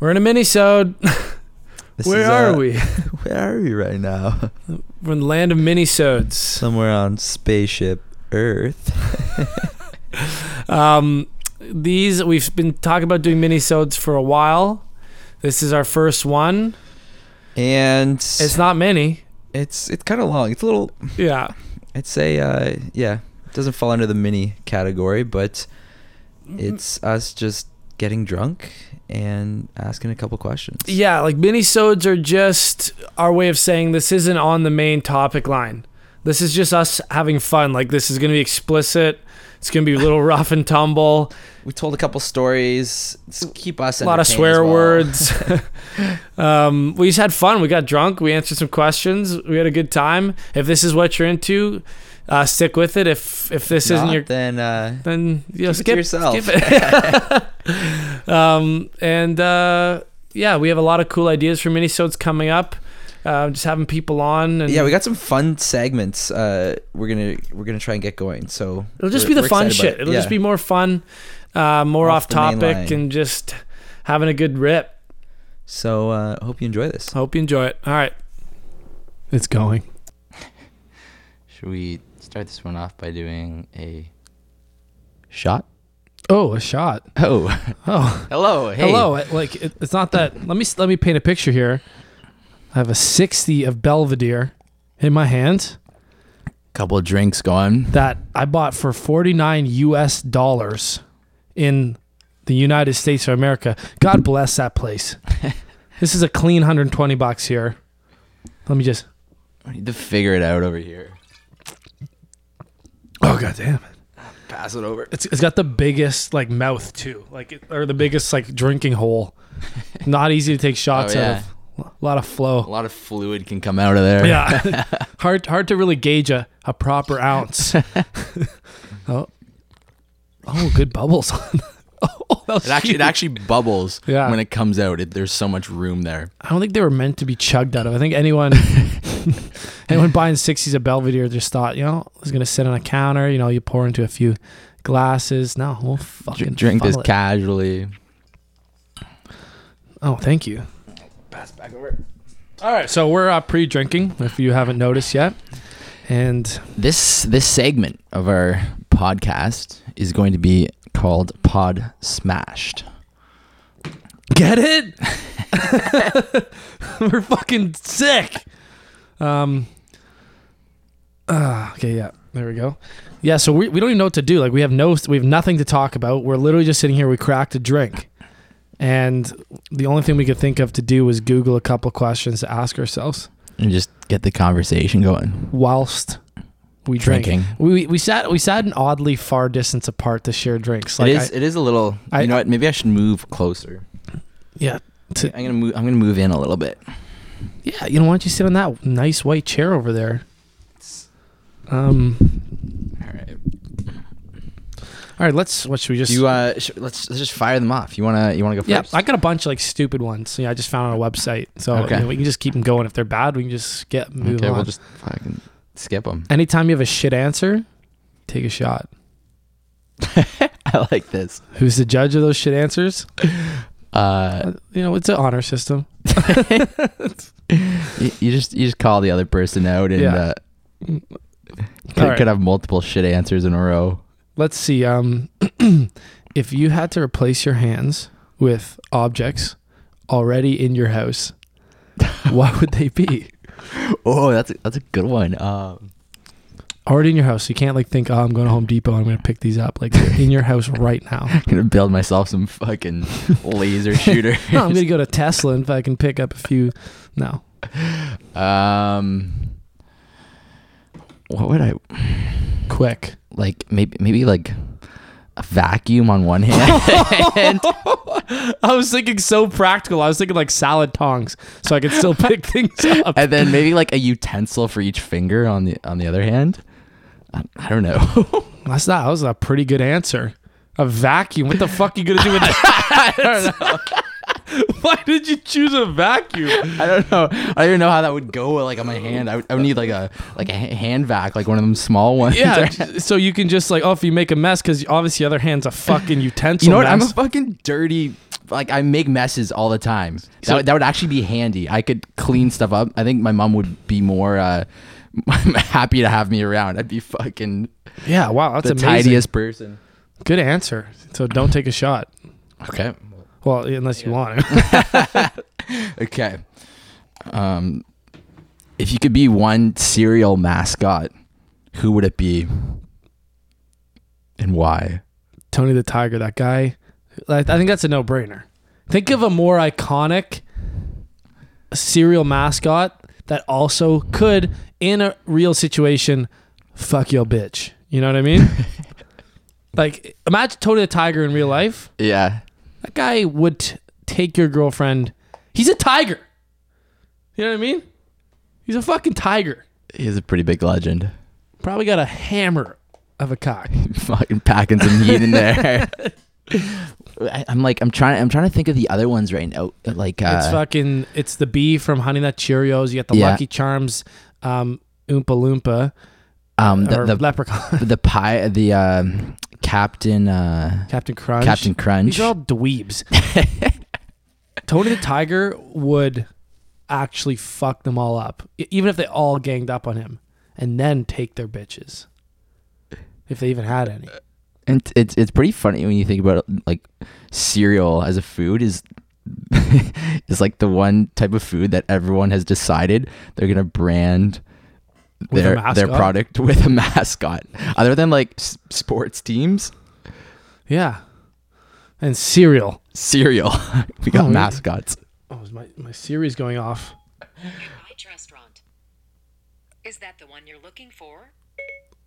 We're in a minisode. This Where is, are uh, we? Where are we right now? We're in the land of minisodes. Somewhere on spaceship Earth. Um, these we've been talking about doing minisodes for a while. This is our first one. And It's it's not many. it's, kind of long. It's a little. Yeah. I'd say uh, yeah, it doesn't fall under the mini category, but it's us just getting drunk and asking a couple questions. Yeah, like minisodes are just our way of saying this isn't on the main topic line. This is just us having fun. Like this is gonna be explicit. It's gonna be a little rough and tumble. We told a couple stories. s- Keep us a lot of entertained as swear well. words. um, we just had fun. We got drunk. We answered some questions. We had a good time. If this is what you're into, uh, stick with it. If if this isn't Not, your then uh, then you keep it know, to skip yourself. skip it. um, and uh, yeah, we have a lot of cool ideas for minisodes coming up. Uh, just having people on, and yeah, we got some fun segments. Uh, we're gonna we're gonna try and get going. So it'll just we're- be the we're fun excited about it. shit. It. will just Yeah. be more fun, uh, more Off off, the main topic, line. and just having a good rip. So uh, hope you enjoy this. Hope you enjoy it. All right, it's going. Should we start this one off by doing a shot? Oh, a shot. Oh, Oh, hello. Hey. hello. I- Like it, it's not that. Let me let me paint a picture here. I have a sixty of Belvedere in my hand Couple of drinks going. that I bought for forty nine U.S. dollars in the United States of America. God bless that place. this is a clean hundred and twenty bucks here. Let me just. I need to figure it out over here. Oh god damn it! Pass it over. It's, it's got the biggest like mouth too, like it, or the biggest like drinking hole. Not easy to take shots Oh, yeah. out of. A lot of flow. A lot of fluid can come out of there. Yeah. hard hard to really gauge a, a proper ounce. oh. Oh, good bubbles on. oh, that was It actually, it huge. actually bubbles Yeah. when it comes out. It, there's so much room there. I don't think they were meant to be chugged out of. I think anyone anyone buying 60s of Belvedere just thought, you know, it's going to sit on a counter, you know, you pour into a few glasses. No, we'll Dr- fucking drink this funnel it. casually. Oh, thank you. Pass back over. All right, so we're uh, pre-drinking if you haven't noticed yet. And This this segment of our podcast is going to be called Pod Smashed. Get it? We're fucking sick. Um. ah, okay. Yeah. There we go. Yeah. So we, we don't even know what to do. Like we have no we have nothing to talk about. We're literally just sitting here. We cracked a drink, and the only thing we could think of to do was Google a couple questions to ask ourselves And just get the conversation going. whilst we drink. Drinking. We, we we sat we sat an oddly far distance apart to share drinks. Like it is. I- it is a little. I- you know what? Maybe I should move closer. yeah. I'm To, gonna move. I'm gonna move in a little bit. Yeah, you know, why don't you sit on that nice white chair over there? Um. All right. All right, let's. What should we just? You uh, sh- let's let's just fire them off. You wanna you wanna go yeah, first? I got a bunch of like stupid ones. Yeah, I just found on a website, so Okay. you know, we can just keep them going. If they're bad, we can just get move okay, on. we'll just fucking skip them. Anytime you have a shit answer, take a shot. I like this. Who's the judge of those shit answers? Uh, You know, it's an honor system. you, you just you just call the other person out and Yeah. uh, Mm. could, All right. could have multiple shit answers in a row. Let's see. Um, if you had to replace your hands with objects already in your house, what would they be? Oh, that's a, that's a good one. Um, already in your house. You can't like think, oh, I'm going to Home Depot. I'm going to pick these up. Like they're in your house right now. I'm gonna build myself some fucking laser shooter. No, I'm going to go to Tesla and if I can pick up a few. No, um, what would I quick. like? Maybe maybe like a vacuum on one hand. I was thinking so practical. I was thinking like salad tongs, so I could still pick things up. and then maybe like a utensil for each finger on the on the other hand. I, I don't know. That's not. That was a pretty good answer. A vacuum. What the fuck you gonna do with that? Why did you choose a vacuum? I don't know. I don't even know how that would go. Like on my hand, I would, I would need like a like a ha- hand vac, like one of them small ones. Yeah, j- so you can just like, oh, if you make a mess, because obviously the other hand's a fucking utensil. you know what? I'm a mess. fucking dirty like I make messes all the time. that, would- that would actually be handy. I could clean stuff up. I think my mom would be more uh, happy to have me around. I'd be fucking Yeah, wow, that's the amazing. tidiest person. Good answer. So don't take a shot. Okay. Well, unless you want it. Okay. Um, if you could be one serial mascot, who would it be, and why? Tony the Tiger, that guy. I I think that's a no-brainer. Think of a more iconic serial mascot that also could, in a real situation, fuck your bitch. You know what I mean? like, imagine Tony the Tiger in real life. Yeah. That guy would t- take your girlfriend. He's a tiger. You know what I mean? He's a fucking tiger. He's a pretty big legend. Probably got a hammer of a cock. Fucking packing some heat in there. I, I'm like, I'm trying, I'm trying to think of the other ones right now. Like, uh, It's fucking. It's the bee from Honey Nut Cheerios. You got the Yeah. Lucky Charms, um, Oompa Loompa, um, the or the, Leprechaun, the pie, the um, Captain uh, Captain Crunch. Captain Crunch. These are all dweebs. Tony the Tiger would actually fuck them all up, e- even if they all ganged up on him, and then take their bitches, if they even had any. And t- it's it's pretty funny when you think about it, like cereal as a food is is like the one type of food that everyone has decided they're gonna brand With a their their mascot? product with a mascot, other than like s- sports teams. Yeah, and cereal. Cereal, we Oh, got yeah. mascots. Oh, is my my series going off? Heights Restaurant. Is that the one you're looking for?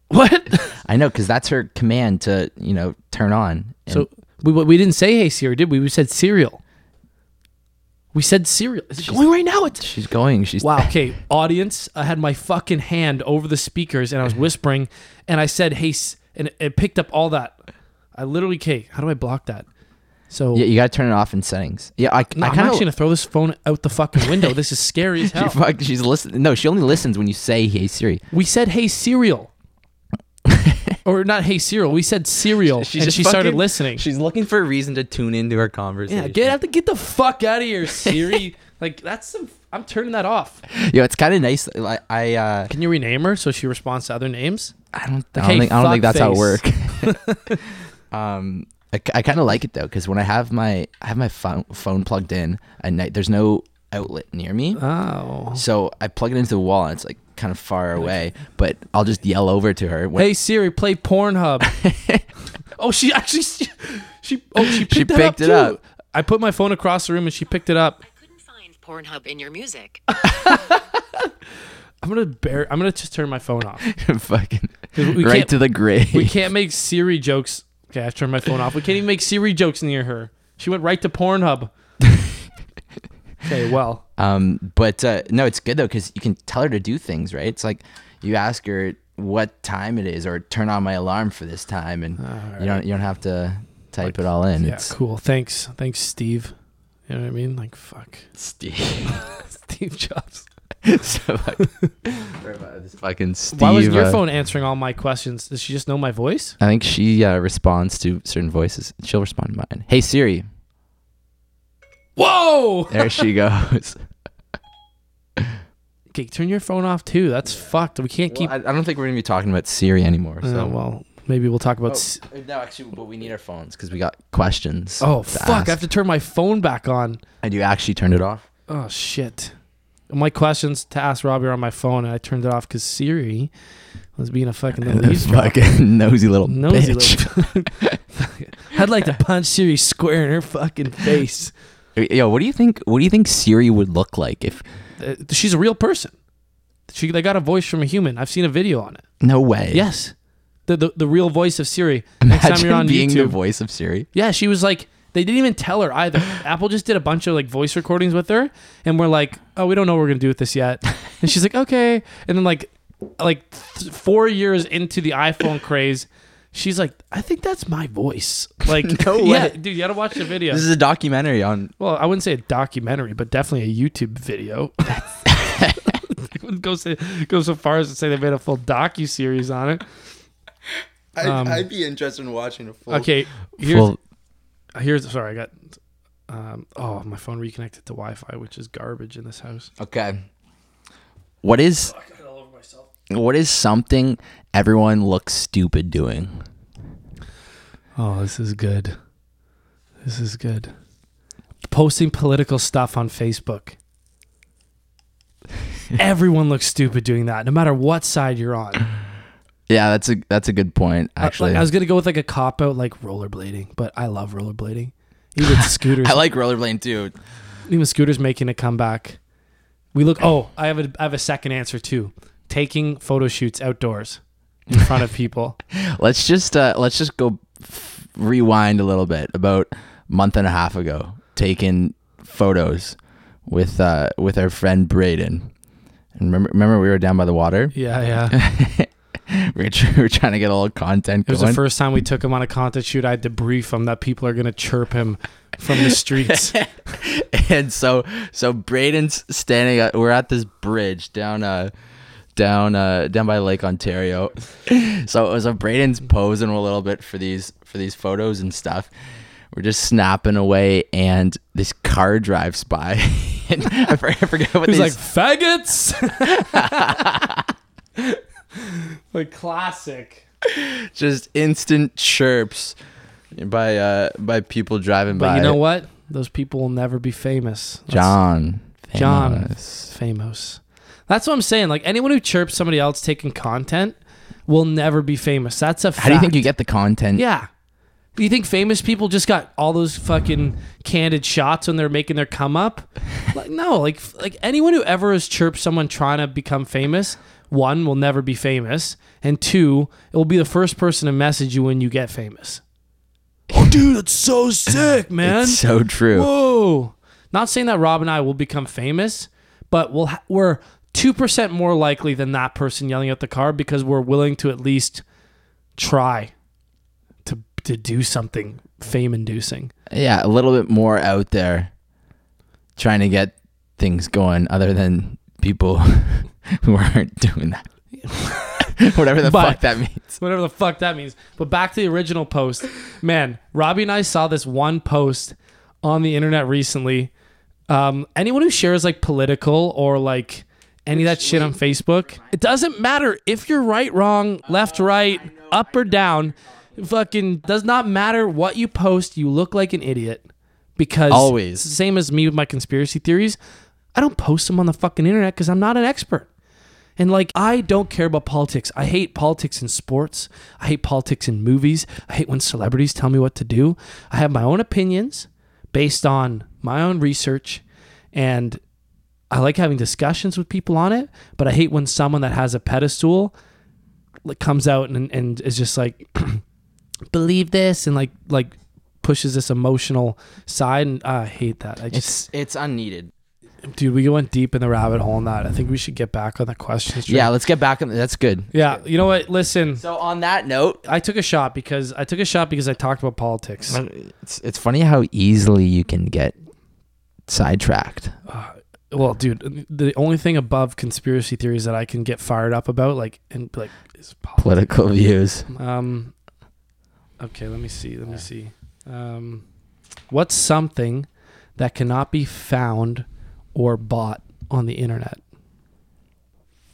What? I know because that's her command to you know turn on. And So we we didn't say hey Siri, did we? We said cereal. We said cereal. Is it going right now? It's she's going. She's wow. Okay, audience, I had my fucking hand over the speakers and I was whispering, and I said hey, s- and it- it picked up all that. I literally, okay, how do I block that? So Yeah, you gotta turn it off in settings. Yeah, I, no, I I'm kind actually gonna of. throw this phone out the fucking window. this is scary as She hell. fuck, she's listening. No, she only listens when you say "Hey Siri." we said hey cereal. or not hey cereal. We said cereal, and just she started fucking- listening. She's looking for a reason to tune into our conversation. Yeah, get have to get the fuck out of here, Siri. like that's some. I'm turning that off. Yo, it's kind of nice. I I, uh, Can you rename her so she responds to other names? I don't. I Like, don't, hey, think, I don't think that's how it works. fuckface. um, I, kind of like it though because when I have my I have my phone phone plugged in at night, there's no outlet near me, Oh. so I plug it into the wall and it's like kind of far away. But I'll just yell over to her. When, Hey Siri, play Pornhub. oh, she actually she, she oh she picked, that picked it too. up. I put my phone across the room and she picked it up. I couldn't find Pornhub in your music. I'm gonna bear. I'm gonna just turn my phone off. fucking we right can't- to the grave. We can't make Siri jokes. Okay, I've turned my phone off. We can't even make Siri jokes near her. She went right to Pornhub. okay, well. Um, but uh, no, it's good though because you can tell her to do things, right? It's like you ask her what time it is, or turn on my alarm for this time, and you don't you don't have to type it all in. Yeah, it's cool. Thanks. Thanks, Steve. You know what I mean? Like, fuck. Steve. Steve Jobs. so fucking, sorry about this fucking Steve. Why wasn't your uh, phone answering all my questions? Does she just know my voice? I think she uh, responds to certain voices. She'll respond to mine. Hey Siri. Whoa! There she goes. Okay, turn your phone off too. That's fucked. We can't keep. Well, I, I don't think we're gonna be talking about Siri anymore. Uh, So well, maybe we'll talk about. s- Oh, no, actually, but we need our phones because we got questions. Oh, to fuck! ask. I have to turn my phone back on. And you actually turned it off. Oh shit! My questions to ask Robbie are on my phone, and I turned it off because Siri was being a fucking little eavesdropper. fucking nosy little Nosy bitch. little. I'd like to punch Siri square in her fucking face. Yo, what do you think? What do you think Siri would look like if? Uh, she's a real person. She they got a voice from a human. I've seen a video on it. No way. Yes, the the, the real voice of Siri. Imagine Next time you're on being the YouTube, voice of Siri. yeah, she was like they didn't even tell her either. Apple just did a bunch of like voice recordings with her, and we're like, oh, we don't know what we're gonna do with this yet. And she's like, okay. And then like like th- four years into the iPhone craze. She's like, I think that's my voice. Like, No yeah, way. dude, you gotta watch the video. This is a documentary on. Well, I wouldn't say a documentary, but definitely a YouTube video. I wouldn't go say, go so far as to say they made a full docu series on it. I'd, Um, be interested in watching a full. Okay, here's Full, here's sorry, I got Um, oh, my phone reconnected to Wi-Fi, which is garbage in this house. Okay. What is what is something everyone looks stupid doing? Oh, this is good. This is good. Posting political stuff on Facebook. Everyone looks stupid doing that, no matter what side you're on. Yeah, that's a that's a good point actually. Uh, Like, I was gonna go with like a cop out, like rollerblading, but I love rollerblading. Even scooters, I like rollerblading too. even scooters making a comeback. We look. Oh, I have a I have a second answer too. Taking photo shoots outdoors in front of people. Let's just uh, let's just go f- rewind a little bit about a month and a half ago, taking photos with uh, with our friend Braden. And remember, remember we were down by the water. Yeah, yeah. We were, tr- we were trying to get a little content It was going. the first time we took him on a content shoot. I had to brief him that people are gonna chirp him from the streets. and so so Braden's standing at, we're at this bridge down uh down uh down by Lake Ontario. So so Braden's posing a little bit for these for these photos and stuff. We're just snapping away and this car drives by. and I for- I forget what He's these like faggots. like classic. just instant chirps by uh by people driving But by. you know what? Those people will never be famous. That's- John. John famous. Famous. That's what I'm saying. Like anyone who chirps somebody else taking content will never be famous. That's a fact. How do you think you get the content? Yeah. Do you think famous people just got all those fucking candid shots when they're making their come up? Like no, like like anyone who ever has chirped someone trying to become famous, one will never be famous, and two, it will be the first person to message you when you get famous. Oh, dude, that's so sick, man! It's so true. Whoa! Not saying that Rob and I will become famous, but we'll ha- we're two percent more likely than that person yelling at the car because we're willing to at least try to to do something fame inducing. yeah, a little bit more out there trying to get things going other than people who aren't doing that. Whatever the But- fuck that means. Whatever the fuck that means. But back to the original post, man. Robbie and I saw this one post on the internet recently. Um, anyone who shares like political or like any of that shit on Facebook, it doesn't matter if you're right, wrong, left, right, up or down. Fucking does not matter what you post. You look like an idiot because Always. same as me with my conspiracy theories. I don't post them on the fucking internet because I'm not an expert. And like, I don't care about politics. I hate politics in sports. I hate politics in movies. I hate when celebrities tell me what to do. I have my own opinions based on my own research. And I like having discussions with people on it, but I hate when someone that has a pedestal like, comes out and, and is just like, believe this and like, like, pushes this emotional side and i hate that i just It's it's unneeded. dude we went deep in the rabbit hole on that i think we should get back on the questions Yeah, let's get back on that's good. yeah you know what listen So on that note, I took a shot because I took a shot because I talked about politics. it's it's funny how easily you can get sidetracked. Well, dude, the only thing above conspiracy theories that I can get fired up about, like, and be like, is politics. Political views. Um, okay, let me see. Let me see. Um, what's something that cannot be found or bought on the internet?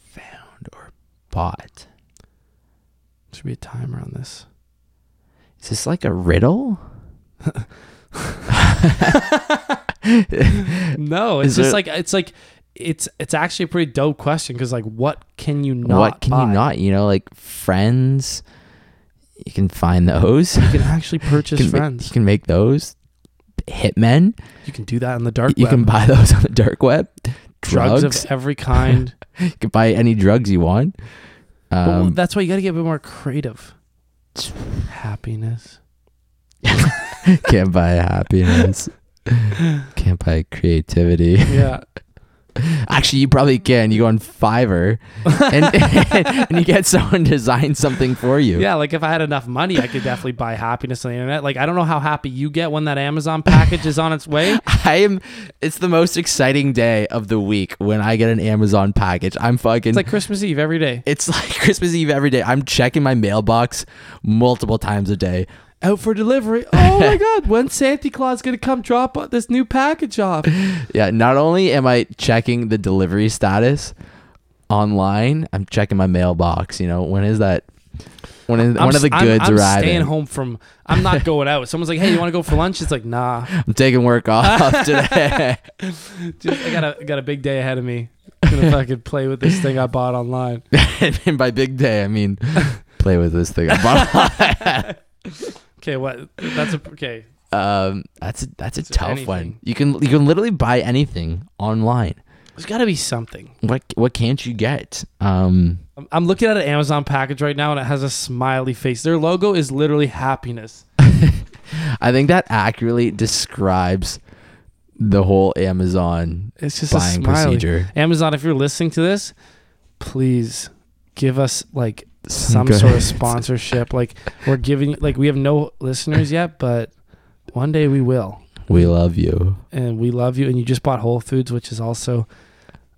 Found or bought. Should be a timer on this. Is this like a riddle? No, it's Is just it- like it's like it's it's actually a pretty dope question because like, what can you not? what can buy? you not? You know, like friends. You can find those. You can actually purchase can ma- friends. you can make those. Hitmen. you can do that in the dark You web. can buy those on the dark web. Drugs. drugs, of every kind. you can buy any drugs you want. But w- Um, that's why you got to get a bit more creative. Happiness. can't buy happiness. can't buy creativity. Yeah. Actually, you probably can. You go on Fiverr and, and, you get someone design something for you. Yeah. Like if I had enough money, I could definitely buy happiness on the internet. Like I don't know how happy you get when that Amazon package is on its way. I am. It's the most exciting day of the week when I get an Amazon package. I'm fucking. It's like Christmas Eve every day. It's like Christmas Eve every day. I'm checking my mailbox multiple times a day, out for delivery. Oh my God, when's Santa Claus gonna come drop o- this new package off? Yeah, not only am I checking the delivery status online, I'm checking my mailbox. You know, when is that? When is I'm one of the s- I'm- goods I'm, arriving? staying home from. I'm not going out. Someone's like, "Hey, you want to go for lunch?" It's like, "Nah, I'm taking work off today. dude, I got a got a big day ahead of me. I'm gonna fucking play with this thing I bought online." and by big day, I mean play with this thing. I bought. Okay, what? That's a, okay. um, that's a, that's a So tough anything. one. You can you can literally buy anything online. There's got to be something. What what can't you get? Um, I'm- I'm looking at an Amazon package right now, and it has a smiley face. Their logo is literally happiness. I think that accurately describes the whole Amazon It's just buying a smiley. procedure. Amazon, if you're listening to this, please give us like some good- sort of sponsorship. like we're giving, like we have no listeners yet, but one day we will. We love you. And we love you. And you just bought Whole Foods, which is also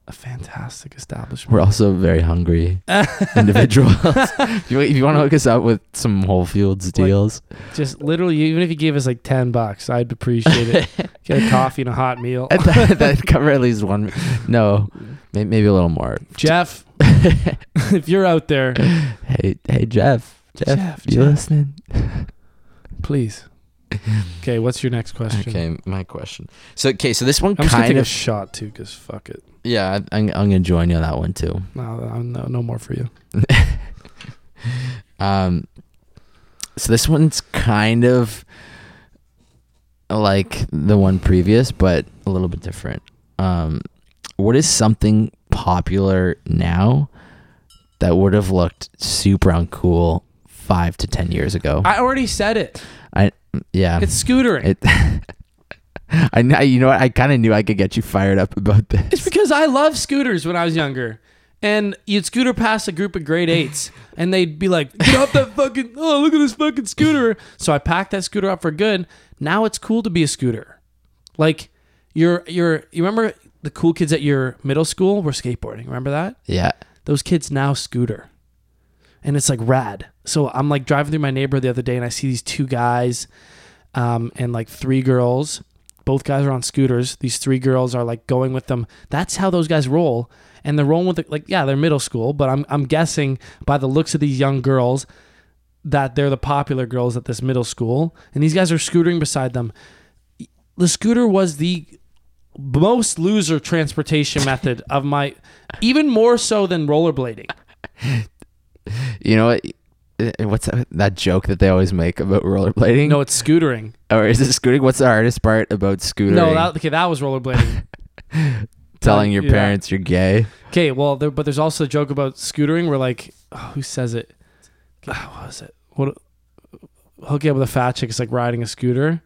a fantastic establishment. We're also very hungry individuals. if you, if you want to hook us up with some Whole Foods deals, Just literally, even if you gave us like ten bucks, I'd appreciate it. Get a coffee and a hot meal. that that'd cover at least one. No, may, maybe a little more. Jeff, if you're out there, Hey, hey, Jeff. Jeff, Jeff, you Jeff. listening? please. Okay, what's your next question? Okay, my question. So, okay, so this one I'm just gonna kind take a of. shot too, cause fuck it. yeah, I- I'm, I'm gonna join you on that one too. No, no, no more for you. Um, so this one's kind of like the one previous, but a little bit different. Um, what is something popular now that would have looked super uncool five to ten years ago? I already said it. yeah, It's scootering. it. I kn- you know what? I kind of knew I could get you fired up about it's this. because I loved scooters when I was younger. And you'd scooter past a group of grade eights, and they'd be like, "Get off that fucking! Oh, look at this fucking scooter!" So I packed that scooter up for good. Now it's cool to be a scooter. Like, you're you're you remember the cool kids at your middle school were skateboarding. Remember that? Yeah, those kids now scooter and it's like rad so i'm like driving through my neighborhood the other day and i see these two guys um, and like three girls both guys are on scooters these three girls are like going with them that's how those guys roll and they're rolling with the, like yeah they're middle school but I'm, I'm guessing by the looks of these young girls that they're the popular girls at this middle school and these guys are scootering beside them the scooter was the most loser transportation method of my even more so than rollerblading you know what? Eh, What's that, that joke that they always make about rollerblading? no it's scootering or is it scooting? What's the hardest part about scooting? no that, okay that was rollerblading telling your Yeah. parents you're gay. okay well there, but there's also a joke about scootering where like oh, who says it Ah, what was it what hooking up with a fat chick is like riding a scooter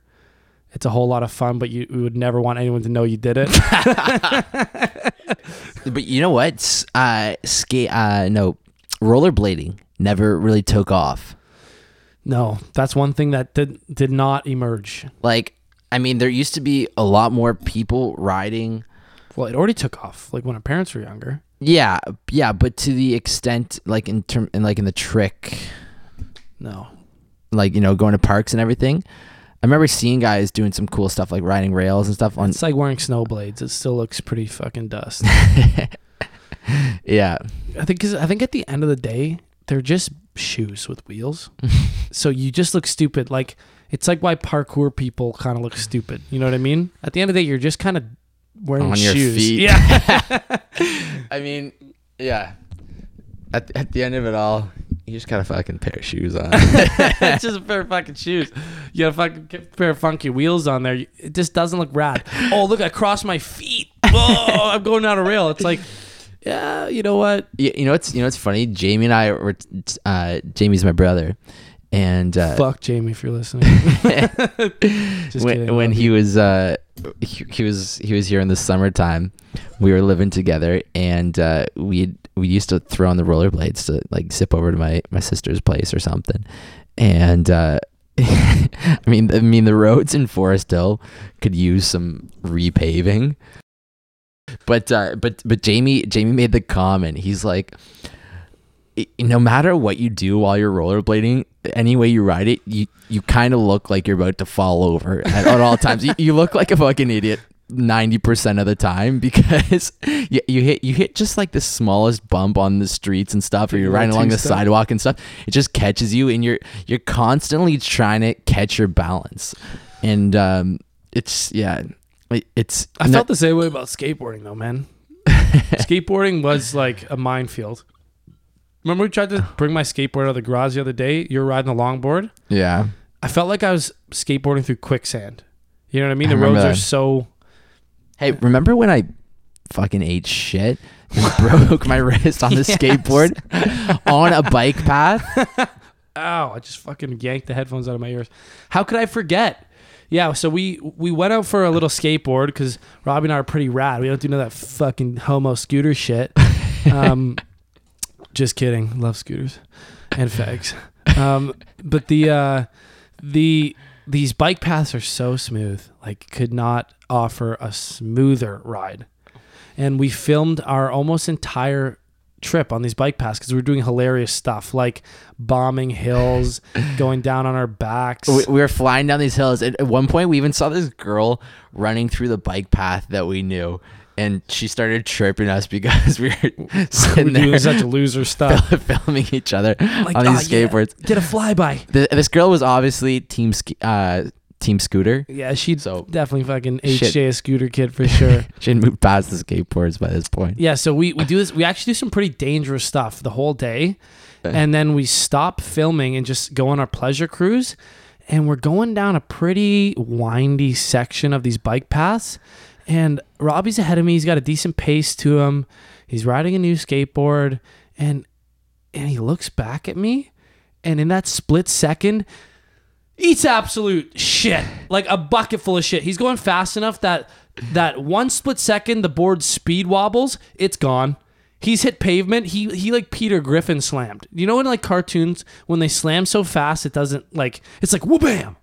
it's a whole lot of fun but you, you would never want anyone to know you did it But you know what? S- Uh, skate. Uh, no, rollerblading never really took off. no that's one thing that did did not emerge Like, I mean, there used to be a lot more people riding. well it already took off like when our parents were younger Yeah, yeah, but to the extent, like in term, and like in the trick, no like you know, going to parks and everything. I remember seeing guys doing some cool stuff like riding rails and stuff on. it's like wearing snow blades it still looks pretty fucking dust Yeah, I think cause I think at the end of the day, they're just shoes with wheels. so you just look stupid. Like it's like why parkour people kind of look stupid. You know what I mean? At the end of the day, you're just kind of wearing On your shoes. feet. Yeah. I mean, yeah. At, at the end of it all, you just got a fucking pair of shoes on. it's just a pair of fucking shoes. You got a fucking k- pair of funky wheels on there. It just doesn't look rad. Oh, look, I crossed my feet. Oh, I'm going down a rail. It's like, yeah, you know what? you, you know it's you know it's funny. Jamie and I were uh, Jamie's my brother, and uh, Fuck Jamie if you're listening. just when kidding. when he was uh, he, he was he was here in the summertime, we were living together, and uh, we we used to throw on the rollerblades to like zip over to my my sister's place or something, and. Uh, I mean, I mean, the roads in Forest Hill could use some repaving. But uh, but but Jamie Jamie made the comment. He's like, it- no matter what you do while you're rollerblading, any way you ride it, you you kind of look like you're about to fall over at, at all times. You, you look like a fucking idiot ninety percent of the time because you, you hit you hit just like the smallest bump on the streets and stuff, or you're riding along the Two-step. sidewalk and stuff. It just catches you, and you're you're constantly trying to catch your balance, and um, it's yeah, it- it's I no- felt the same way about skateboarding though, man. skateboarding was like a minefield. Remember we tried to bring my skateboard out of the garage the other day? You were riding the longboard. yeah. I felt like I was skateboarding through quicksand. You know what I mean? I The roads remember are that. so Hey, remember when I fucking ate shit and broke my wrist on the skateboard on a bike path? ow, I just fucking yanked the headphones out of my ears. How could I forget? Yeah, so we we went out for a little skateboard because Robbie and I are pretty rad. We don't do none of that fucking homo scooter shit. Um, just kidding. Love scooters and fags. Um, but the uh, the these bike paths are so smooth. Like, could not offer a smoother ride. And we filmed our almost entire trip on these bike paths because we were doing hilarious stuff like bombing hills, going down on our backs. We, we were flying down these hills. And at one point, we even saw this girl running through the bike path that we knew. And she started chirping us because we were we're sitting doing there such loser stuff. filming each other Like, on these "Ah, yeah, skateboards. Get a flyby. Th- This girl was obviously team ski- uh, team scooter. Yeah, she'd So- definitely fucking Shit. HJ a scooter kid for sure. She had moved past the skateboards by this point. yeah, so we, we do this. We actually do some pretty dangerous stuff the whole day, and then we stop filming and just go on our pleasure cruise, and we're going down a pretty windy section of these bike paths, and Robbie's ahead of me. He's got a decent pace to him. He's riding a new skateboard, and and he looks back at me, and in that split second, eats absolute shit, like a bucket full of shit. He's going fast enough that that one split second the board speed wobbles, it's gone. He's hit pavement. He he like Peter Griffin slammed. You know in like cartoons when they slam so fast it doesn't like it's like whoop bam.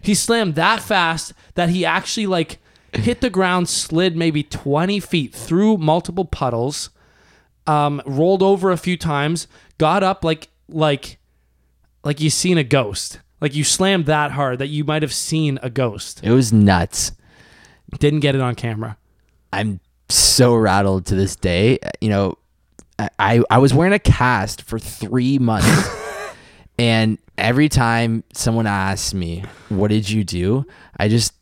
he slammed that fast that he actually like hit the ground, slid maybe twenty feet through multiple puddles, um, rolled over a few times, got up like like like you seen a ghost. Like you slammed that hard that you might have seen a ghost. It was nuts. Didn't get it on camera. I'm so rattled to this day. Uh, You know, I- I, I was wearing a cast for three months. and every time someone asks me, What did you do? I just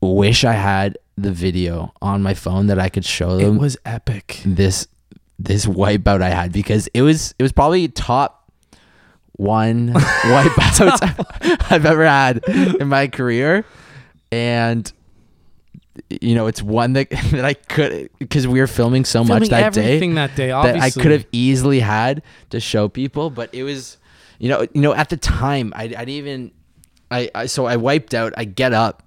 wish I had the video on my phone that I could show It them was epic. this this wipeout I had because it was it was probably top one wipeout I've ever had in my career, and you know it's one that that I could because we were filming so much Filming that everything day that day, that I obviously. could have easily had to show people, but it was you know you know at the time I I didn't even I, I so I wiped out I get up.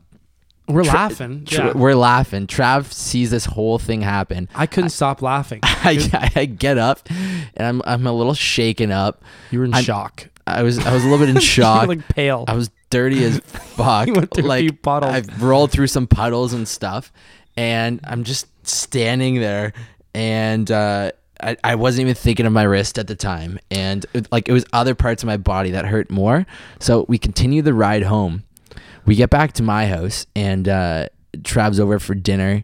We're Tra- laughing. Tra- yeah. We're laughing. Trav sees this whole thing happen. I couldn't stop laughing. I, I get up and I'm I'm a little shaken up. You were in I'm- shock. I was I was a little bit in You were, shock. like pale. uh, I was dirty as fuck. You went through a like few puddles. I've rolled through some puddles and stuff, and I'm just standing there, and uh, I I wasn't even thinking of my wrist at the time, and it, like it was other parts of my body that hurt more. So we continue the ride home. We get back to my house, and uh, Trav's over for dinner,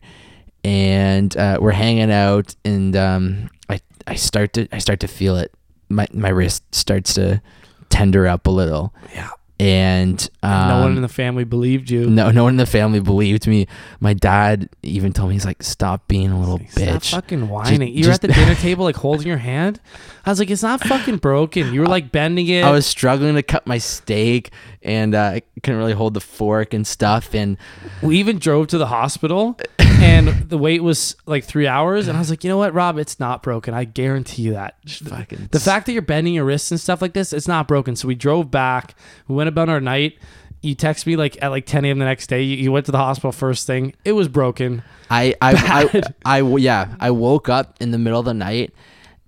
and uh, we're hanging out, and um, I I start to I start to feel it. My my wrist starts to tender up a little yeah. and um, no one in the family believed you. no no one in the family believed me. My dad even told me he's like, stop being a little Stop bitch. fucking whining. you were just- at the dinner table, like holding your hand. I was like, it's not fucking broken. You were like bending it. I was struggling to cut my steak, and uh, I couldn't really hold the fork and stuff. And we even drove to the hospital and the wait was like three hours and i was like you know what rob it's not broken i guarantee you that fucking the fact that you're bending your wrists and stuff like this it's not broken so we drove back we went about our night you text me like at like 10 a.m the next day you, you went to the hospital first thing it was broken I I, I, I yeah, I woke up in the middle of the night,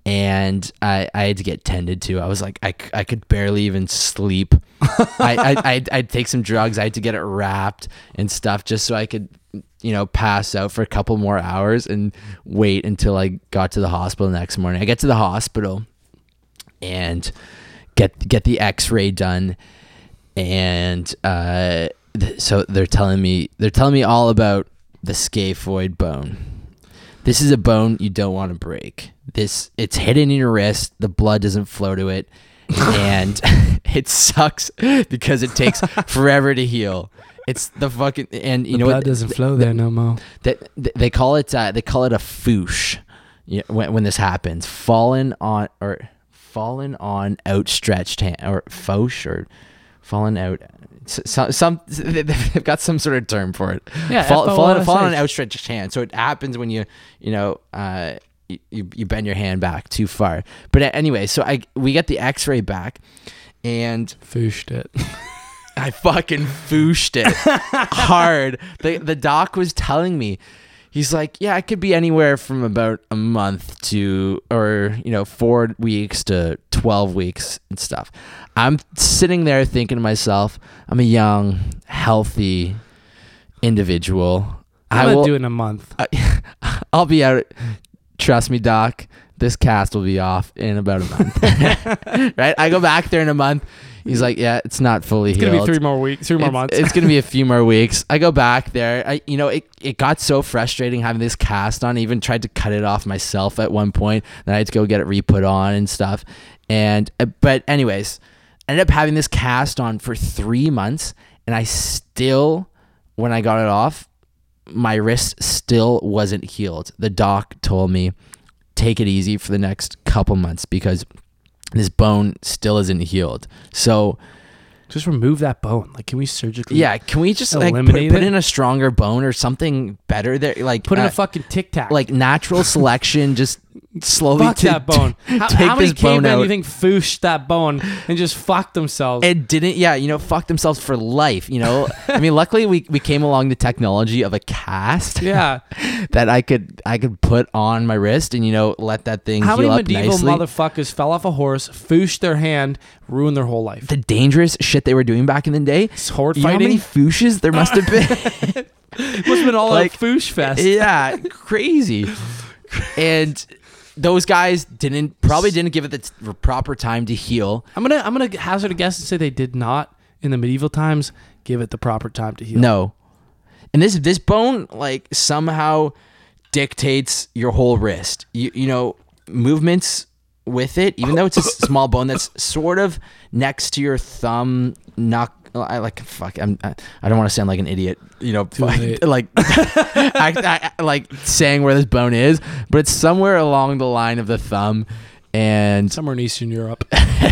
and I I had to get tended to. I was like I, c- I could barely even sleep. I I I'd, I'd take some drugs. I had to get it wrapped and stuff just so I could you know pass out for a couple more hours and wait until I got to the hospital the next morning. I get to the hospital and get get the X-ray done, and uh, th- so they're telling me they're telling me all about the scaphoid bone. This is a bone you don't want to break. This it's hidden in your wrist. The blood doesn't flow to it, and it sucks because it takes forever to heal. It's the fucking and you the know blood what? doesn't flow there no more. that th- they call it uh, they call it a foosh yeah, when, when this happens fallen on or fallen on outstretched hand or foosh or fallen out some, some they've got some sort of term for it Yeah, Fall, fallen, fallen on F O O S H. outstretched hand so it happens when you you know uh you, you you bend your hand back too far but a- anyway so i we get the x-ray back and Fooshed it. I fucking fooshed it hard. The the doc was telling me, he's like, yeah, it could be anywhere from about a month to, or you know, four weeks to twelve weeks and stuff. I'm sitting there thinking to myself, I'm a young, healthy individual. I'm I gonna will. do it in a month. I, I'll be out. Trust me, doc. This cast will be off in about a month. right? I go back there in a month. He's like, yeah, it's not fully It's healed. gonna be three more weeks, three more It's- months. It's gonna be a few more weeks. I go back there. I, you know, it, it got so frustrating having this cast on. I even tried to cut it off myself at one point. Then I had to go get it re-put on and stuff. And uh, but anyways, I ended up having this cast on for three months, and I still, when I got it off, my wrist still wasn't healed. The doc told me, take it easy for the next couple months because this bone still isn't healed. So. Just remove that bone. Like, can we surgically? Yeah, can we just like put, Eliminate put it? in a stronger bone or something better there? Like Put in uh, a fucking tic tac. like natural selection, just slowly fuck t- that bone. How, take how many this bone cavemen do out. you think fooshed that bone and just fucked themselves? It didn't, yeah, you know, fuck themselves for life. You know, I mean, luckily we, we came along the technology of a cast yeah. that I could I could put on my wrist and you know let that thing How heal many up medieval nicely. motherfuckers fell off a horse, fooshed their hand, ruined their whole life? the dangerous shit they were doing back in the day. Sword You know how many fighting fooshes there must have been. must have been all like- like foosh fest. Yeah, crazy. and those guys didn't probably didn't give it the t- proper time to heal. I'm gonna I'm gonna hazard a guess and say they did not in the medieval times give it the proper time to heal. No. And this this bone like somehow dictates your whole wrist. You you know movements with it, even though it's a s- small bone that's sort of next to your thumb knuck. I like fuck. I'm. I, I don't want to sound like an idiot. You know, late. like, I, I, like saying where this bone is, but it's somewhere along the line of the thumb, and somewhere in Eastern Europe.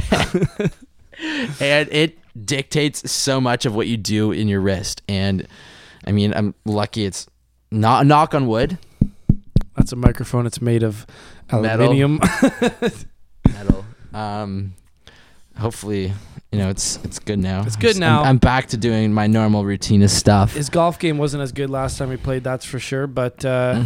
and it dictates so much of what you do in your wrist. And I mean, I'm lucky it's not knock on wood That's a microphone. It's made of Metal. aluminium. metal. Um, hopefully, you know it's it's good now. It's good now. I'm- I'm, back to doing my normal routine of stuff. His golf game wasn't as good last time we played. That's for sure. But uh,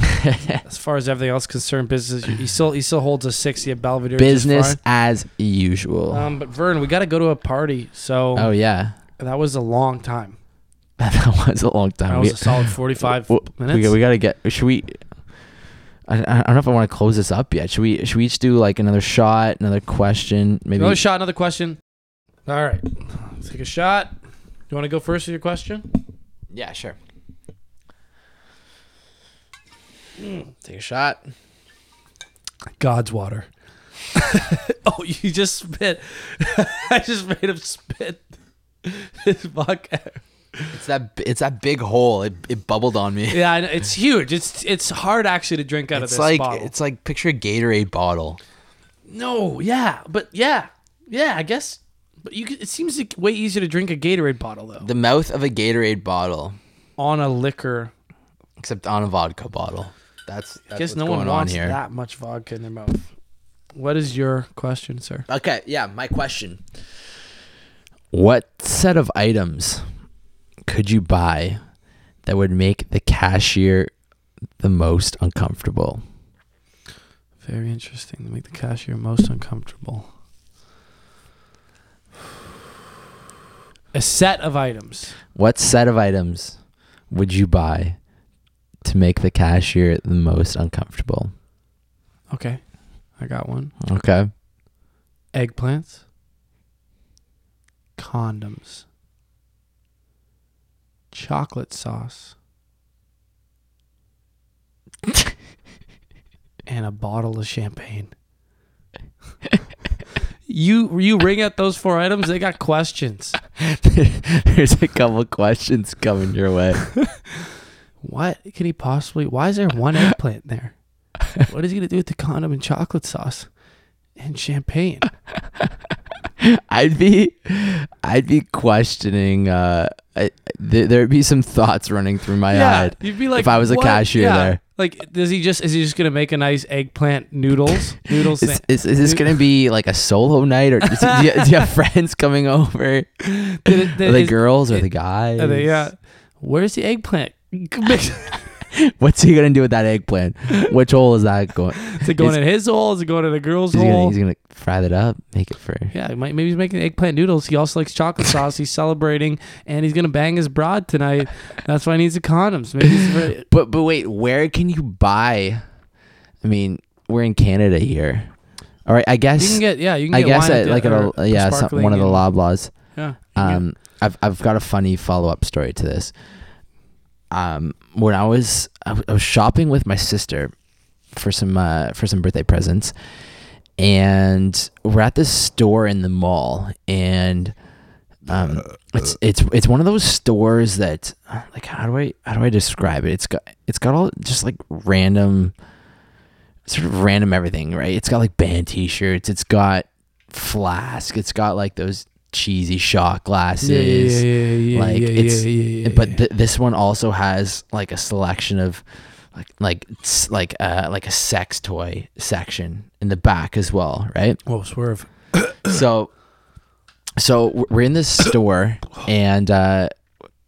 as far as everything else concerned, business he still he still holds a sixty at Belvedere. which is Business fine. as usual. Um, but Vern, we got to go to a party. So oh yeah, that was a long time. that was a long time. That We- was a solid forty-five w- minutes. Oh, We, we gotta get. Should we? I, I don't know if I want to close this up yet. Should we? Should we each do like another shot, another question? Maybe. Another shot, another question. All right, Let's take a shot. Do you want to go first with your question? yeah, sure. Take a shot. God's water. oh, you just spit. I just made him spit his vodka. It's that it's that big hole. It, it bubbled on me. Yeah, I know, it's huge. It's it's hard actually to drink out of It's this like bottle. it's like picture a Gatorade bottle. no, yeah, but yeah, yeah. I guess, but you. Could, it seems like way easier to drink a Gatorade bottle though The mouth of a Gatorade bottle, on a liquor. except on a vodka bottle. That's, that's I guess what's no going one on wants here. that much vodka in their mouth. What is your question, sir? Okay, yeah, my question. What set of items could you buy that would make the cashier the most uncomfortable? Very interesting to make the cashier most uncomfortable. A set of items. What set of items would you buy to make the cashier the most uncomfortable? Okay, I got one. Okay. eggplants, condoms, chocolate sauce, and a bottle of champagne. you you ring out those four items, they got questions. There's a couple questions coming your way. What could he possibly? Why is there one eggplant there? What is he gonna do with the condom and chocolate sauce and champagne? I'd be, I'd be questioning. Uh, I, th- there'd be some thoughts running through my head. you'd be like, if I was a "What?" cashier Yeah. there. Like, does he just is he just gonna make a nice eggplant noodles noodles? Is, is, is this gonna be like a solo night, or is, do, you, do you have friends coming over? Did it- did- Are they is- girls or it- the guys? are they, yeah. Where's the eggplant? is What's he gonna do with that eggplant? Which hole is that going? it going Is- in his hole? Is it going in the girl's He's gonna, hole? he's gonna fry that up, make it for. yeah, he might, maybe he's making eggplant noodles. He also likes chocolate sauce. He's celebrating, and he's gonna bang his broad tonight. That's why he needs the condoms. Maybe he's very- But but wait, where can you buy? I mean, we're in Canada here. All right, I guess you can get yeah. You can I get guess wine at the- like at or a, yeah some, sparkling one of the and- Loblaws. Yeah, you can get- Um, I've I've got a funny follow up story to this. Um, when I was I, w- I was shopping with my sister for some uh, for some birthday presents, and we're at this store in the mall, and Uh, um, it's it's it's one of those stores that like how do I how do I describe it? It's got it's got all just like random sort of random everything, right? It's got like band t-shirts, it's got flask, it's got like those cheesy shot glasses. yeah, yeah, yeah, yeah, like yeah, it's yeah, yeah, yeah, but yeah. th- this one also has like a selection of like like s- like uh like a sex toy section in the back as well, right? Whoa, swerve. so so w- we're in this store and uh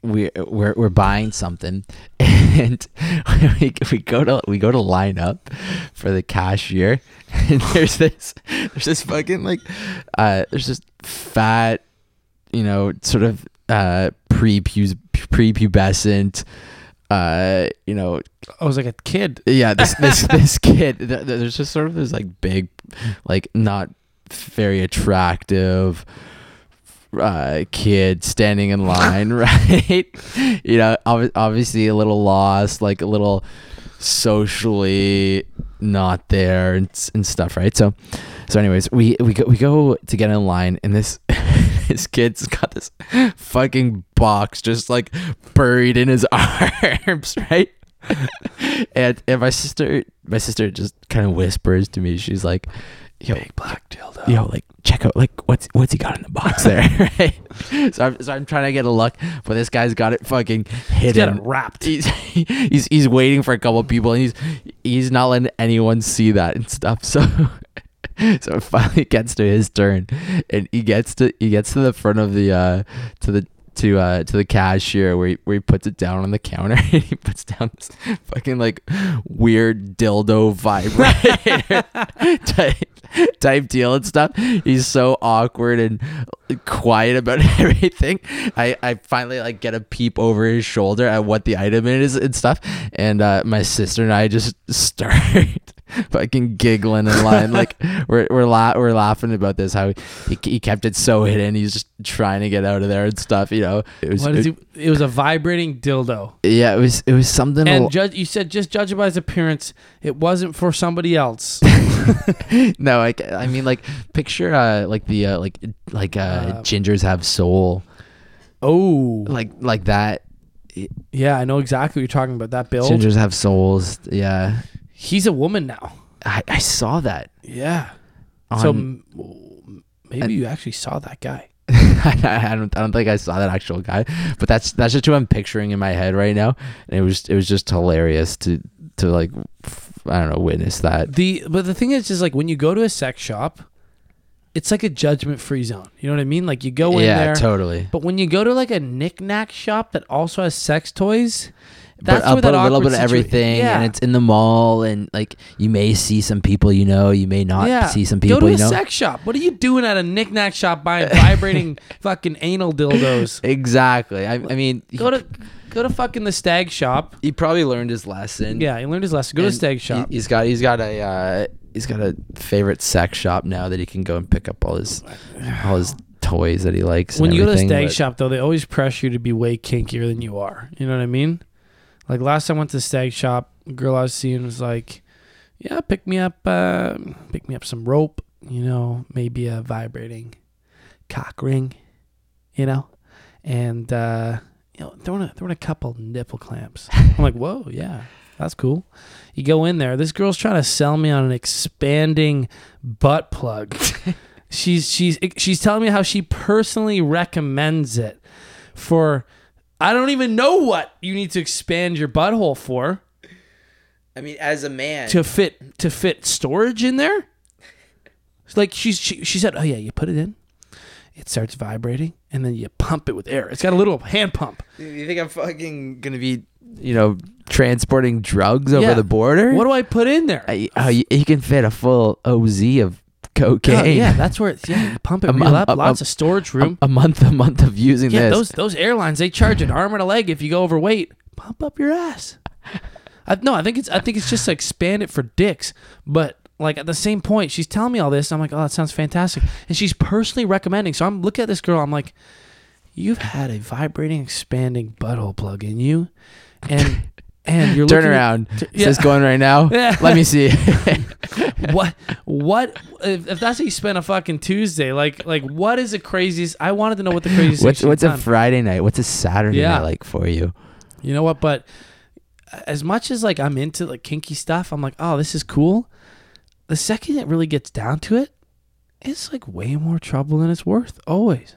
we we're, we're buying something and we, we go to we go to line up for the cashier and there's this there's this fucking like uh there's this fat you know sort of uh pre-pubes prepubescent uh you know I was like a kid. yeah this this this kid th- th- there's just sort of this like big like not very attractive uh, kid standing in line right you know ob- obviously a little lost like a little socially not there and, s- and stuff right so so anyways we we go, we go to get in line and this this kid's got this fucking box just like buried in his arms right and and my sister my sister just kind of whispers to me she's like yo big black dildo yo like check out like what's what's he got in the box there right so I'm, so I'm trying to get a look but this guy's got it fucking hidden it wrapped. he's, he's he's waiting for a couple people and he's he's not letting anyone see that and stuff so so it finally gets to his turn and he gets to he gets to the front of the uh to the to uh to the cashier where he, where he puts it down on the counter and he puts down this fucking like weird dildo vibrator type, type deal and stuff he's so awkward and quiet about everything i i finally like get a peep over his shoulder at what the item is and stuff and uh my sister and i just start fucking giggling in line. Like we're we're la- we're laughing about this how he, he kept it so hidden. He's just trying to get out of there and stuff. You know, it was What is it- he? It was a vibrating dildo. yeah, it was it was something. a And l- judge, you said just judge it by his appearance. It wasn't for somebody else. no, I, I mean like picture uh like the uh, like like uh, Uh, gingers have soul oh, like like that. yeah, I know exactly what you're talking about. That build. Gingers have souls. Yeah, He's a woman now. I, I saw that. Yeah. On, so m- w- maybe you actually saw that guy. I don't I don't think I saw that actual guy, but that's that's just who I'm picturing in my head right now, and it was it was just hilarious to to like f- I don't know witness that. The but the thing is, is like when you go to a sex shop, it's like a judgment free zone. You know what I mean? Like you go in yeah, there. totally. But when you go to like a knickknack shop that also has sex toys, But that's up where that a little awkward bit of situa- everything, Yeah. and it's in the mall, and like you may see some people you know, you may not see some people Go to you a know. sex shop. What are you doing at a knickknack shop buying vibrating fucking anal dildos? exactly. I, I mean, Go to Go to fucking the stag shop. He probably learned his lesson. Yeah, he learned his lesson. Go to And the stag he- shop. He's got he's got a uh, he's got a favorite sex shop now that he can go and pick up all his all his toys that he likes. when and you go to the everything, stag but- shop though they always press you to be way kinkier than you are you know what i mean like last time i went to the stag shop a girl i was seeing was like yeah pick me up uh, pick me up some rope you know maybe a vibrating cock ring you know and uh you know throwing a, throwing a couple nipple clamps i'm like whoa yeah that's cool you go in there this girl's trying to sell me on an expanding butt plug She's she's she's telling me how she personally recommends it for I don't even know what you need to expand your butthole for I mean, as a man, to fit to fit storage in there. It's like she's she, she said, oh yeah, you put it in, it starts vibrating, and then you pump it with air. It's got a little hand pump. you think I'm fucking gonna be? you know, transporting drugs Yeah. over the border. What Uh, do I put in there? I, how you, he can fit a full OZ of cocaine. Oh, yeah, that's where it's yeah. You pump it Um, real um, up, um, lots um, of storage a, room. a month, a month of using Yeah, this. those those airlines they charge an arm and a leg if you go overweight. Pump up your ass. I, no, I think it's I think it's just to expand it for dicks. But like at the same point, she's telling me all this. I'm like, oh, that sounds fantastic, and she's personally recommending. So I'm looking at this girl. I'm like, you've had a vibrating, expanding butthole plug in you, and and you're Turn looking at- around. t- Is this yeah. going right now? Yeah. Let me see. what what if, if that's how you spent a fucking Tuesday? Like like what is the craziest? I wanted to know what the craziest. what's thing what's she's a done. Friday night? What's a Saturday Yeah. night like for you? You know what? But as much as like I'm into like kinky stuff, I'm like, oh, this is cool. The second it really gets down to it, it's like way more trouble than it's worth. Always.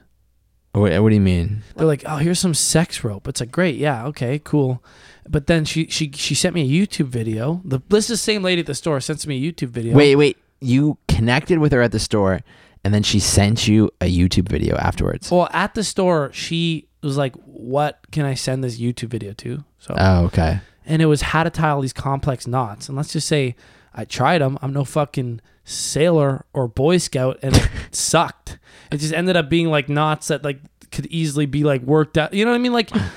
What, what do you mean? They're like, oh, here's some sex rope. It's like, great, yeah, okay, cool. But then she she she sent me a YouTube video. The this is the same lady at the store sends me a YouTube video. Wait, wait. You connected with her at the store, and then she sent you a YouTube video afterwards. Well, at the store, she was like, what can I send this YouTube video to? So Oh, okay. and it was how to tie all these complex knots. And let's just say I tried them. I'm no fucking sailor or boy scout, and it sucked. It just ended up being like knots that like could easily be like worked out. You know what I mean? Like it's-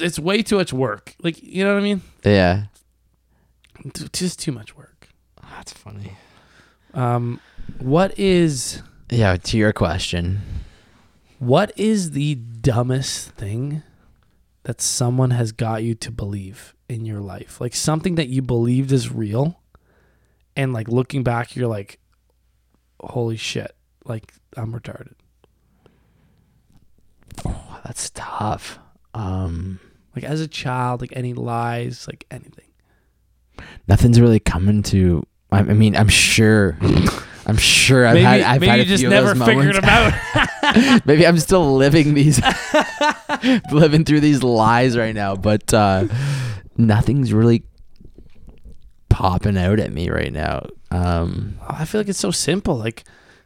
it's way too much work. Like you know what I mean? Yeah. T- Just too much work. That's funny. Um, what is Yeah. To your question, what is the dumbest thing that someone has got you to believe in your life? Like something that you believed is real and like looking back you're like holy shit, like I'm retarded. wow, that's tough. Um, Like as a child, like any lies, like anything. nothing's really coming to. I, I mean, I'm sure. I'm sure I've had. I've had a few of those moments. them out. maybe I'm still living these, living through these lies right now. But uh, nothing's really popping out at me right now. Um, I feel like it's so simple. Like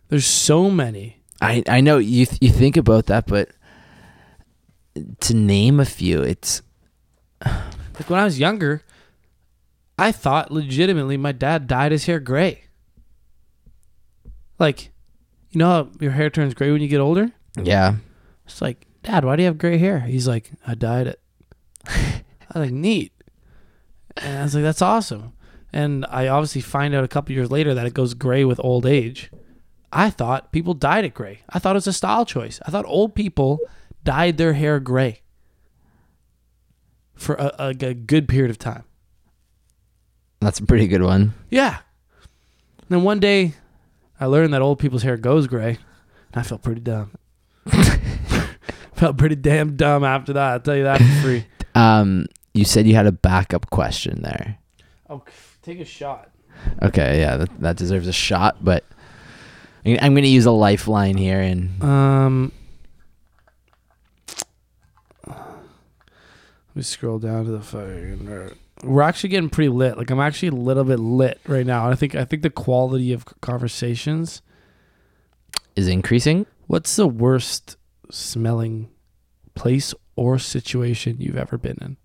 there's so many. I I know you th- you think about that, but to name a few, it's Like when I was younger, I thought legitimately my dad dyed his hair gray. Like, you know how your hair turns gray when you get older? yeah. It's like, Dad, why do you have gray hair? He's like, I dyed it. I was like, neat. And I was like, that's awesome. And I obviously find out a couple years later that it goes gray with old age. I thought people dyed it gray. I thought it was a style choice. I thought old people dyed their hair gray for a, a, a good period of time. That's a pretty good one. Yeah. And then one day, I learned that old people's hair goes gray, and I felt pretty dumb. felt pretty damn dumb after that. I'll tell you that for free. Um, you said you had a backup question there. Oh, take a shot. Okay, yeah, that, that deserves a shot, but I- I'm going to use a lifeline here and Um, let me scroll down to the fucking. We're actually getting pretty lit. Like I'm actually a little bit lit right now, and I think I think the quality of conversations. is increasing. What's the worst smelling place or situation you've ever been in?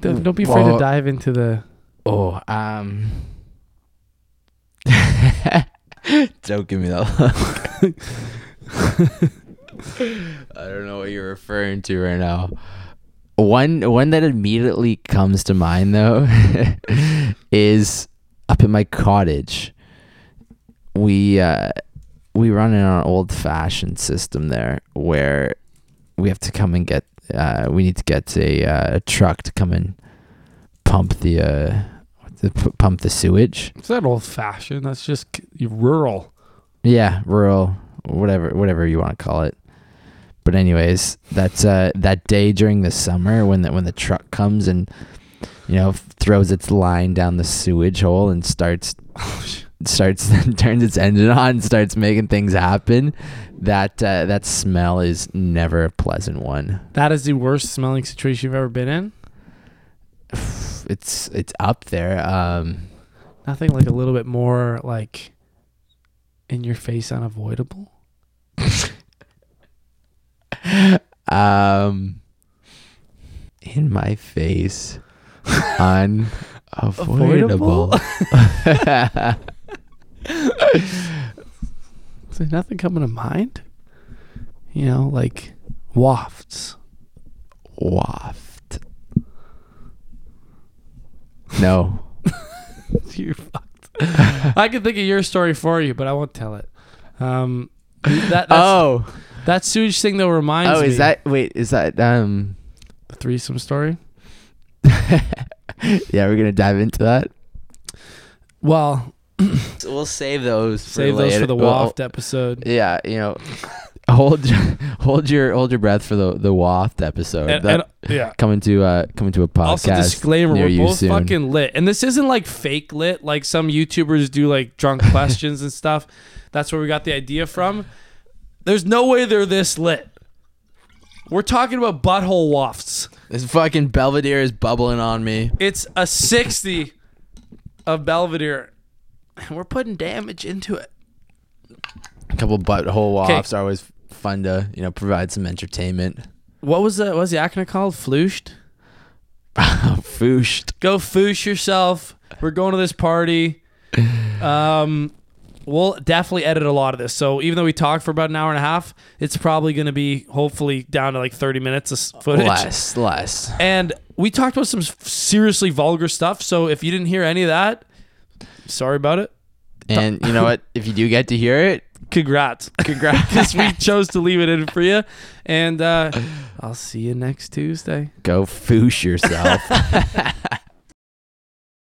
Don't, don't be afraid Well- to dive into the. Oh, um Don't give me that look. I don't know what you're referring to right now. One one that immediately comes to mind though is up in my cottage. We uh, we run in our old fashioned system there where we have to come and get uh, we need to get a, uh, a truck to come and pump the uh, the p- pump the sewage. It's not old fashioned. That's just c- rural. Yeah, rural, whatever, whatever you want to call it. But anyways, that's uh, that day during the summer when the, when the truck comes and you know f- throws its line down the sewage hole and starts starts turns its engine on and starts making things happen. That uh, that smell is never a pleasant one. That is the worst smelling situation you've ever been in. It's it's up there. Um, Nothing like a little bit more like in your face unavoidable. um, in my face, unavoidable. Is there nothing coming to mind? You know, like wafts. waft. No. You're fucked. I can think of your story for you, but I won't tell it. Um, that that's, oh, that sewage thing though reminds oh, me. is that wait? Is that um? the threesome story? Yeah, we're gonna dive into that. Well, So we'll save those. For save those for the waft episode. yeah, you know, hold hold your hold your breath for the the waft episode. And, That- and- yeah. coming to uh coming to a podcast. Also, disclaimer: near we're you both soon. fucking lit, and this isn't like fake lit, like some YouTubers do, like drunk questions and stuff. That's where we got the idea from. There's no way they're this lit. We're talking about butthole wafts. This fucking Belvedere is bubbling on me. It's a sixty of Belvedere, and we're putting damage into it. A couple butthole Okay. wafts are always fun to you know provide some entertainment. What was the what was the acronym called? Flooshed. Fooshed. Go foosh yourself. We're going to this party. Um, we'll definitely edit a lot of this. So even though we talked for about an hour and a half, it's probably going to be hopefully down to like 30 minutes of s- footage. Less, less. And we talked about some s- seriously vulgar stuff. So if you didn't hear any of that, sorry about it. And you know what? If you do get to hear it, Congrats. Congrats. Because we chose to leave it in for you. And uh, I'll see you next Tuesday. go foosh yourself.